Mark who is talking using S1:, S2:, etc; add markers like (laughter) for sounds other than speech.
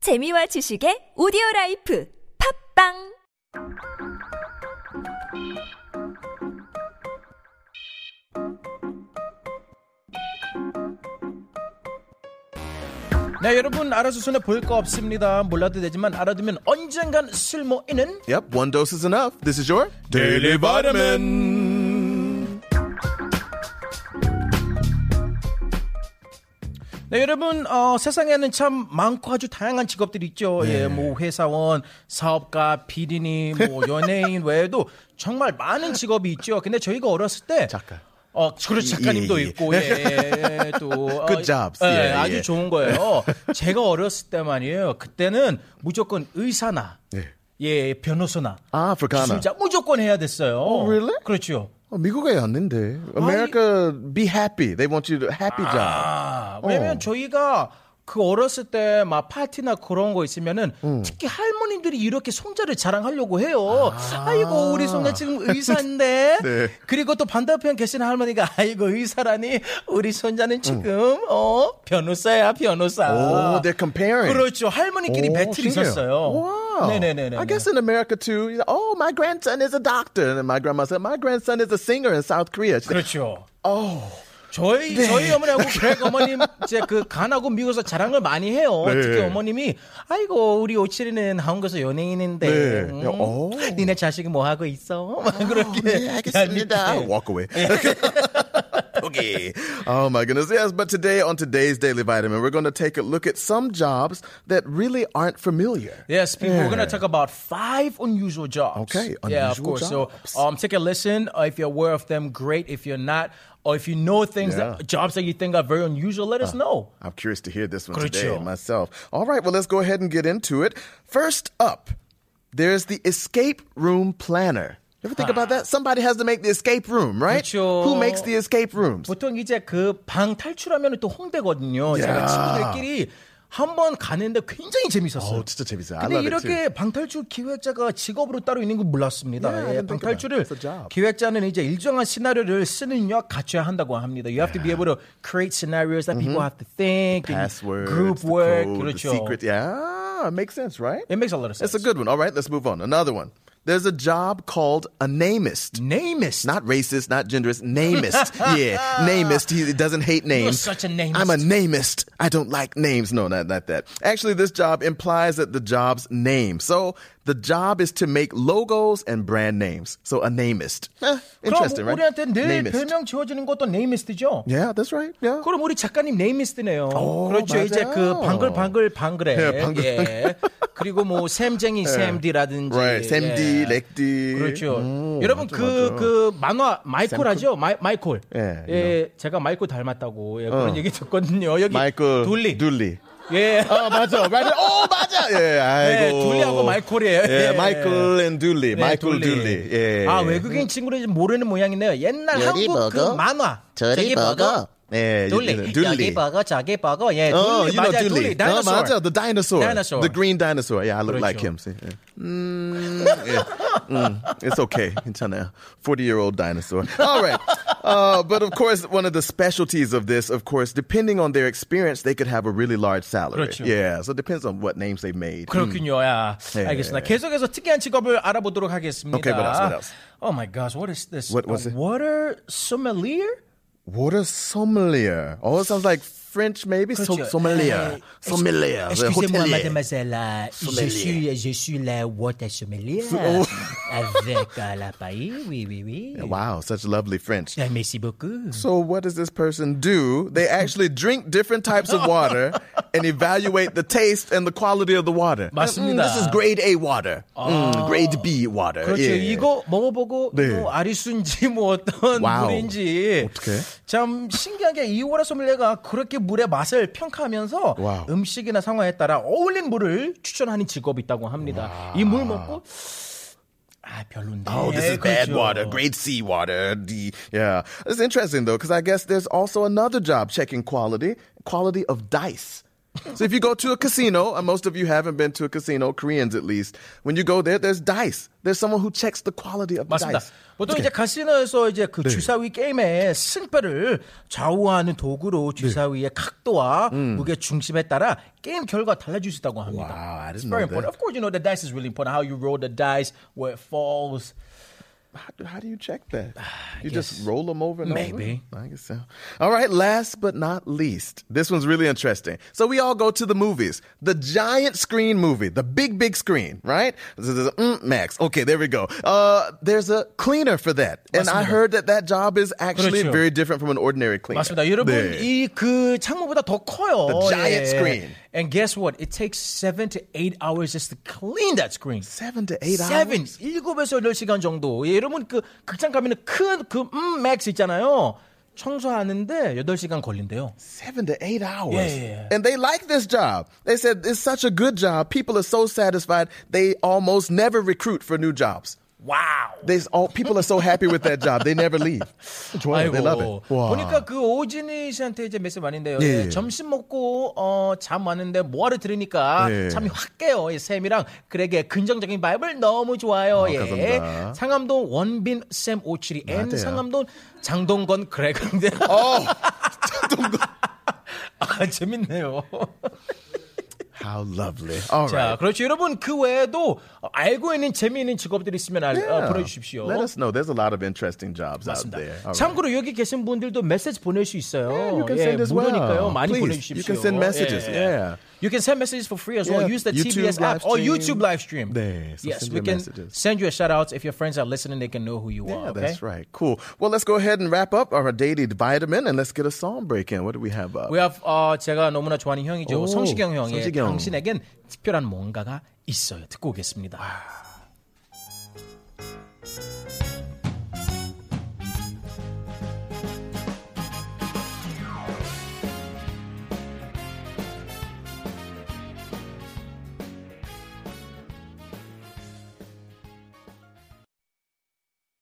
S1: 재미와 지식의 오디오 라이프 팝빵
S2: 네 여러분 알아서서는 볼 거 없습니다 몰라도 되지만 알아두면 언젠간 쓸모 있는
S3: Yep, one dose is enough. This is your
S2: Daily
S3: Vitamin.
S2: 네 여러분 어, 세상에는 참 많고 아주 다양한 직업들이 있죠 예 뭐 회사원 사업가 비리니 뭐
S3: (laughs)
S2: 연예인 외에도 정말 많은 직업이 있죠 근데 저희가 어렸을 때
S3: 작가.
S2: 어, 그렇죠. 작가님도
S3: 예, 예, 예.
S2: 있고, 예, 예, 예, 또. 어,
S3: (laughs) Good jobs.
S2: 예,
S3: 예,
S2: 아주
S3: 예.
S2: 좋은 거예요. 제가 어렸을 때만이에요. 그때는 무조건 의사나,
S3: 예.
S2: 예, 변호사나,
S3: 아, 아프리카나.
S2: 기술자 무조건 해야 됐어요.
S3: Oh, really?
S2: 그렇죠.
S3: 어, 미국에 왔는데. America, be happy. They want you to happy job.
S2: 아, 왜냐면
S3: 어.
S2: 저희가 그 어렸을 때 막 파티나 그런 거 있으면은
S3: 음.
S2: 특히 할머니들이 이렇게 송자를 자랑하려고 해요. 아. 이고 우리 송자 지금 의사인데.
S3: (laughs) 네.
S2: 그리고 또 반대편 계시는 할머니가 아이고 의사라니 우리
S3: 음.
S2: 손자는 지금 어 변호사야 변호사.
S3: Oh, they're comparing.
S2: 그렇죠. 할머니끼리
S3: Oh,
S2: 배틀이
S3: 신기해요.
S2: 있었어요.
S3: Wow.
S2: 네네네네.
S3: I guess in America too. you know, Oh, my grandson is a doctor, and then my grandma said, "My grandson is a singer in South Korea." She said,
S2: 그렇죠. 저희
S3: 네.
S2: 저희 어머니하고 그렉 어머님 이제 그 간하고 미국에서 자랑을 많이 해요.
S3: 네.
S2: 특히 어머님이 아이고 우리 오칠이는 한국에서 연예인인데
S3: 네.
S2: 음,
S3: 오.
S2: 니네 자식이 뭐 하고 있어?
S3: (laughs)
S2: 막 그렇게.
S3: Oh. 네, 알겠습니다.
S2: 얄밉게.
S3: Walk away. (laughs) okay. Oh my goodness. Yes, but today on today's Daily Vitamin, we're going to take a look at some jobs that really aren't familiar.
S2: Yes, people. We're gonna talk about five unusual jobs.
S3: 네. Okay,
S2: yeah, of
S3: unusual
S2: course.
S3: jobs.
S2: So, um, take a listen. Uh, if you're aware of them, great. If you're not, or if you know things,
S3: Yeah. Uh.
S2: that, jobs that you think are very unusual, let us know.
S3: I'm curious to hear this one
S2: Great
S3: today
S2: show.
S3: myself. All right, well, let's go ahead and get into it. First up, there's the escape room planner. You ever think about that? Somebody has to make the escape room,
S2: Ah.
S3: right?
S2: Good show.
S3: Who makes the escape rooms?
S2: 보통 이제 그 방 탈출하면 또 홍대거든요. 제가 친구들끼리 한 번 가는데 굉장히 재밌었어요.
S3: 어, 진짜 재밌어요. I
S2: 근데
S3: love it
S2: 이렇게 방탈출 기획자가 직업으로 따로 있는 건 몰랐습니다.
S3: Yeah, I
S2: 예,
S3: didn't think
S2: 방탈출을
S3: about it. It's a job.
S2: 기획자는 이제 일정한 시나리오를 쓰는 역 갖춰야 한다고 합니다. You have to be able to create scenarios that people have to think, and
S3: 음. Passwords,
S2: group
S3: the
S2: work,
S3: code, the
S2: 그렇죠.
S3: secret. Yeah, makes sense, right?
S2: It makes a lot of
S3: That's
S2: sense.
S3: a good one. All right, let's move on. Another one. There's a job called a namist.
S2: Namist.
S3: Not racist, not genderist,
S2: (laughs)
S3: namist. yeah, namist. He doesn't hate names.
S2: such a namist.
S3: I'm a namist. I don't like names. No, not, not that. Actually, this job implies that the job's name. So the job is to make logos and brand names. So a namist. Eh,
S2: 그럼
S3: interesting, right?
S2: 우리한테 늘
S3: Namist.
S2: 별명 지어주는 것도 네이미스트죠.
S3: Yeah, that's right. Yeah.
S2: 그럼 우리 작가님 네이미스트네요. 그렇죠.
S3: 맞아요.
S2: 이제 그 방글방글 방글에.
S3: 예, 방글. 예.
S2: 예. 그리고 뭐 샘쟁이 샘디라든지. 예.
S3: Right. 샘디, 음, 렉디.
S2: 그렇죠. 여러분 그 그 만화 마이콜 하죠? 마이, 마이콜.
S3: 예,
S2: 예, 제가 마이콜 닮았다고 예, 그런 얘기 듣거든요. 여기
S3: Michael.
S2: 둘리.
S3: 둘리.
S2: 예.
S3: 아 맞아 (laughs) 맞아 오 맞아 예 아이고
S2: 예, 둘리하고 마이콜이에요.
S3: 예
S2: 예.
S3: 마이클 앤 둘리
S2: 네,
S3: 마이클 둘리, 예
S2: 아 외국인 친구들이 모르는 모양이네요. 옛날 한국 그 만화. 저기 버거.
S3: 예
S2: 둘리.
S3: 둘리
S2: 여기 버거, 저기 버거. 예, 둘리.
S3: 어 Oh, you know
S2: 맞아,
S3: 둘리
S2: 둘리. 다이너소.
S3: 어, 맞아 the dinosaur
S2: Dinosaur.
S3: the green dinosaur yeah I look
S2: 그렇죠.
S3: like him see 예. 음, 예. 음, it's okay 괜찮아요 40 year old dinosaur all right uh, but of course one of the specialties of this of course depending on their experience they could have a really large salary
S2: 그렇죠.
S3: yeah so it depends on what names they've made
S2: 그렇군요. 야,
S3: 네.
S2: 알겠습니다. 계속해서 특이한 직업을 알아보도록 하겠습니다.
S3: Okay, what else, what else?
S2: Oh my gosh, what is this?
S3: What was
S2: A
S3: it?
S2: Water sommelier?
S3: Water sommelier. Oh, it sounds like French, maybe. So,
S2: 그렇죠.
S3: sommelier. sommelier. the
S4: Excusez-moi,
S3: hôtelier.
S4: mademoiselle, euh, je
S3: 아, 네, Sommelier. oh.
S4: suis, je suis la water sommelier avec euh, la paille, oui, oui,
S3: (laughs)
S4: oui.
S3: Wow, such lovely French.
S2: Eh,
S4: Euh, Merci beaucoup.
S3: So, what does this person do? They
S2: (laughs)
S3: actually drink different types of water and evaluate the taste and the quality of the water. Mm,
S2: 맞습니다.
S3: this is grade A water.
S2: Oh.
S3: Mm, grade B water.
S2: 그렇죠.
S3: Yeah.
S2: 이거 먹어보고
S3: 예. 네.
S2: 뭐 아리수인지 (laughs) 뭐 어떤
S3: 와우.
S2: 물인지
S3: 어떡해?
S2: 참 신기하게 이 오라 소믈리에가 그렇게 물의 맛을 평가하면서
S3: 와우.
S2: 음식이나 상황에 따라 어울린 물을 추천하는 직업이 있다고 합니다. 이 물 먹고 아 별론데.
S3: Oh, this is bad
S2: 그렇죠.
S3: water, grade C water, D. Yeah. It's interesting though, because I guess there's also another job checking quality, quality of dice. So if you go to a casino, and most of you haven't been to a casino, Koreans at least, when you go there, there's dice. There's someone who checks the quality of the
S2: 맞습니다.
S3: dice.
S2: 보통 이제 카시노에서 이제
S3: 네.
S2: 그 주사위 게임의 승패를 좌우하는 도구로
S3: 네.
S2: 주사위의 각도와
S3: 음.
S2: 무게 중심에 따라 게임 결과 달라질 수 있다고 합니다.
S3: Wow, I
S2: It's
S3: didn't
S2: very
S3: know that.
S2: important. Of course, you know the dice is really important. How you roll the dice, where it falls.
S3: How do, how do you check
S2: (sighs)
S3: that? You just roll them over? And
S2: Maybe.
S3: Over? I guess so. All right, last but not least, this one's really interesting. So we all go to the movies, the giant screen movie, the big, big screen, right? This is- mm, Max. Okay, there we go. Uh, there's a cleaner for that. And I heard that that job is actually
S2: 그렇죠.
S3: very different from an ordinary cleaner.
S2: 맞습니다. 여러분
S3: 네.
S2: 이 그 창문보다 더 커요. 예.
S3: The giant screen.
S2: And guess what? It takes seven to eight hours just to clean that screen.
S3: Seven to eight
S2: Seven,
S3: hours?
S2: 일곱에서 여덟 시간 정도. 예, 여러분 그 극장 가면은 큰그음 맥스 있잖아요. 청소하는데 여덟 시간 걸린대요.
S3: Seven to eight hours.
S2: Yeah, yeah, yeah.
S3: And they like this job. They said it's such a good job. People are so satisfied, they almost never recruit for new jobs.
S2: 와우.
S3: They all people are so happy with that job. They never leave. 좋아요. They love it.
S2: 보니까 그 오진희 씨한테 이제 메시지 많은데요.
S3: 예,
S2: 예,
S3: 예.
S2: 점심 먹고 어, 잠 왔는데 뭐하러 들으니까
S3: 예.
S2: 잠이 확 깨요. 예, 쌤이랑 그에게 긍정적인 바이블 너무 좋아요. 예.
S3: 감사합니다.
S2: 상암동 원빈 쌤 오칠이 앤
S3: 맞아요.
S2: 상암동 장동건 그레그인데 (laughs)
S3: Oh,
S2: 아, 재밌네요.
S3: how lovely. All
S2: 자,
S3: right.
S2: 그렇죠. 여러분 그 외에도 알고 있는 재미있는 직업들이 있으면 알, 어, 보내주십시오.
S3: Let us know. There's a lot of interesting jobs out
S2: 맞습니다.
S3: there. All right.
S2: 참고로 여기 계신 분들도 메시지 보낼 수 있어요.
S3: 아, 네. you can send as well.
S2: 무료니까요. 많이
S3: Please,
S2: 보내주십시오. 예.
S3: you can send messages. Yeah.
S2: You can send messages for free as well.
S3: Yeah.
S2: Use the
S3: YouTube
S2: TBS app
S3: live
S2: or
S3: stream.
S2: YouTube live stream.
S3: 네, so
S2: yes,
S3: send
S2: we
S3: your
S2: can
S3: messages.
S2: send you a shout out if your friends are listening. They can know who you are.
S3: Yeah,
S2: okay?
S3: that's right. Cool. Well, let's go ahead and wrap up our daily vitamin and let's get a song break in. What do we have up?
S2: We have 어, 제가 너무나 좋아하는 형이죠.
S3: 오,
S2: 성시경 형의
S3: Oh, 성시경.
S2: 당신에겐 특별한 뭔가가 있어요. 듣고 오겠습니다.